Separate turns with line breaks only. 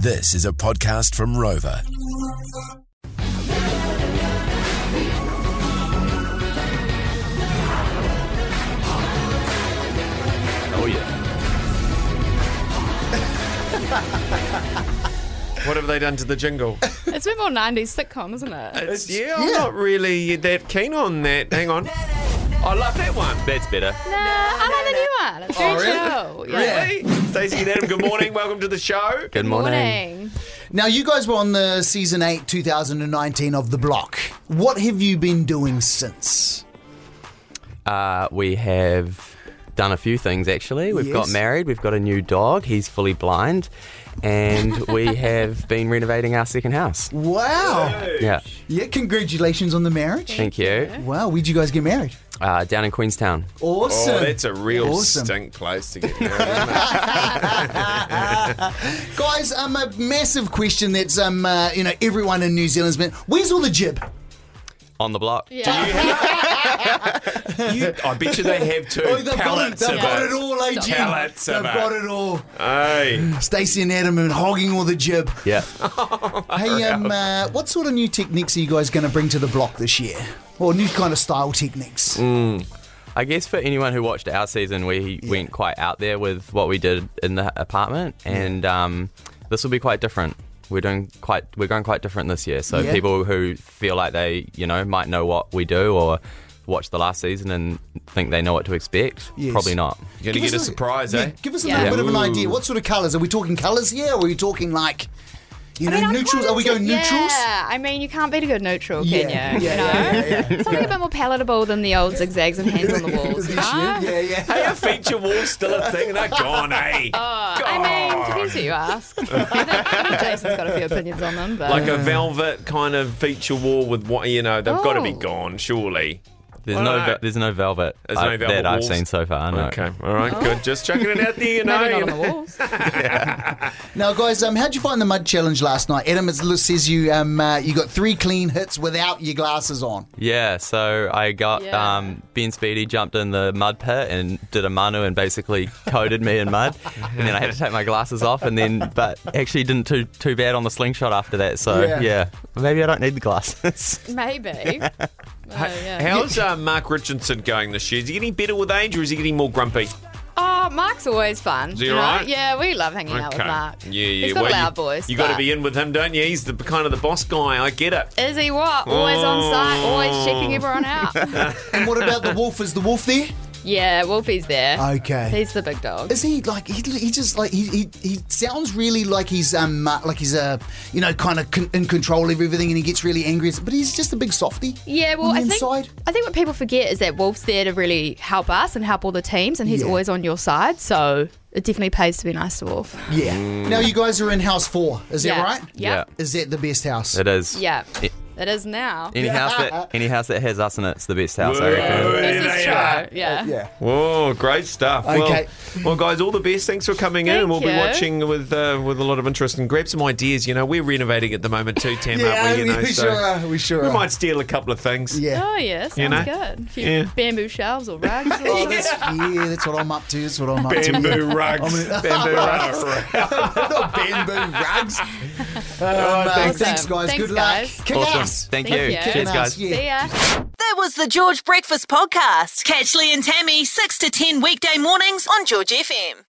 This is a podcast from Rover.
Oh yeah. what have they done to the jingle?
It's a bit more 90s sitcom, isn't
Uh,
it?
It's, yeah, I'm not really that keen on that. Hang on. I love that one.
That's better.
Nah, I like the
Oh,
new one. It's very chill. Yeah.
Really? Stacey and Adam, good morning. Welcome to the show.
Good
Morning.
Now, you guys were on the season 8, 2019 of The Block. What have you been doing since?
Uh, we have done a few things actually. We've got
Yes.
married, we've got a new dog, he's fully blind, and we have been renovating our second house.
Wow.
Yeah.
Yeah, congratulations on the marriage.
Thank you.
Wow, where'd you guys get married?
Uh, down in Queenstown.
Awesome.
Oh, that's a real
Awesome.
stink place to get married. isn't it?
Guys, um, a massive question that's, um, uh, you know, everyone in New Zealand's been, where's all the jib?
On the block.
Yeah.
You- I bet you they have two
Oh, they've got it,
pallets
they've
of
got
Oh, it.
it all, AG.
Pallets
they've
of it.
got it all.
Hey,
Stacey and Adam are hogging all the jib.
Yeah.
Hey, um, uh, what sort of new techniques are you guys going to bring to The Block this year? Or new kind of style techniques?
I guess for anyone who watched our season, we went quite out there with what we did in the apartment, and um, this will be quite different. We're doing quite, we're going quite different this year. So
Yeah.
people who feel like they, you know, might know what we do or watch the last season and think they know what to expect,
Yes.
probably not.
you're gonna
Give
get a
us
surprise,
yeah,
eh?
Give us a
Yeah.
little bit of an
Ooh.
idea. What sort of colours? Are we talking colours here, or are we talking like, you know,
I mean, I'm
neutrals?
quite
Are we going
into-
neutrals?
Yeah, I mean, you can't beat a good neutral,
Yeah,
can you?
yeah,
you know?
yeah, yeah, yeah.
Something a bit more palatable than the old zigzags and hands on the Ah. walls. you know?
Yeah, yeah.
Hey, a feature wall's still a thing. They're gone, eh?
I mean, depends who you ask. I think Jason's got a few opinions on them, but
like a velvet kind of feature wall with what you know they've got to be
Oh.
gone surely
There's
All
no,
right.
ve- there's no velvet,
There's
uh,
no velvet
that I've
walls.
seen so far. No.
okay all right good just checking it out there you know,
maybe
you
not on
know.
the walls.
Now, guys, um, how'd you find the mud challenge last night? Adam it's- says you um, uh, you got three clean hits without your glasses on.
Yeah, so I got
Yeah.
um, Ben Speedy jumped in the mud pit and did a manu and basically coated me in mud, and then I had to take my glasses off, and then but actually didn't too too bad on the slingshot after that. So
Yeah.
yeah, maybe I don't need the glasses.
Maybe. Oh, yeah.
how's uh, mark richardson going this year is he getting better with age or is he getting more grumpy
Oh, Mark's always fun.
he
you know?
alright?
Yeah, we love hanging out with Mark.
yeah yeah
He's got
well,
a loud
you,
voice.
you got to
but-
be in with him don't you he's the kind of the boss guy i get it
Is he what? Always on site, always
Oh.
checking everyone out.
And what about the wolf? Is the wolf there?
yeah, Wolfie's there.
Okay.
He's the big dog.
Is he like he, he just like he, he he sounds really like he's um uh, like he's uh, you know kind of con- in control of everything and he gets really angry but he's just a big softy.
yeah, well,
on
I
the
think
inside.
I think what people forget is that Wolf's there to really help us and help all the teams, and he's
Yeah.
always on your side. So it definitely pays to be nice to Wolf.
Yeah. Now you guys are in house four. Is
yeah.
that right?
Yeah.
Is that the best house?
it is.
Yeah.
A-
It is now.
Any house that any house that has us in it's the best house. I reckon.
Whoa,
This
there
is
they
true.
are.
Yeah.
Yeah.
Whoa, great stuff.
Okay.
Well, well, guys, all the best. Thanks for coming in, and we'll
Thank
be
you.
watching with uh, with a lot of interest and grab some ideas. You know, we're renovating at the moment too, Tam,
Yeah,
aren't we? You
we-
know,
we
so
sure are, we sure are.
might steal a couple of things.
Yeah.
Oh yeah, sounds
You know?
good. A few
Yeah.
bamboo shelves or rugs. Or
Oh, that's, yeah, that's what I'm up to. That's what I'm up to.
Bamboo rugs. Bamboo rugs.
Not bamboo rugs.
Oh,
Uh,
thanks.
thanks, guys.
Thanks,
Good
guys.
luck. Kick
Awesome.
ass.
Thank,
Thank
you.
you.
Kick
Cheers,
ass,
guys.
yeah.
See ya.
That was the George Breakfast Podcast. Catch Lee and Tammy 6 to 10 weekday mornings on George FM.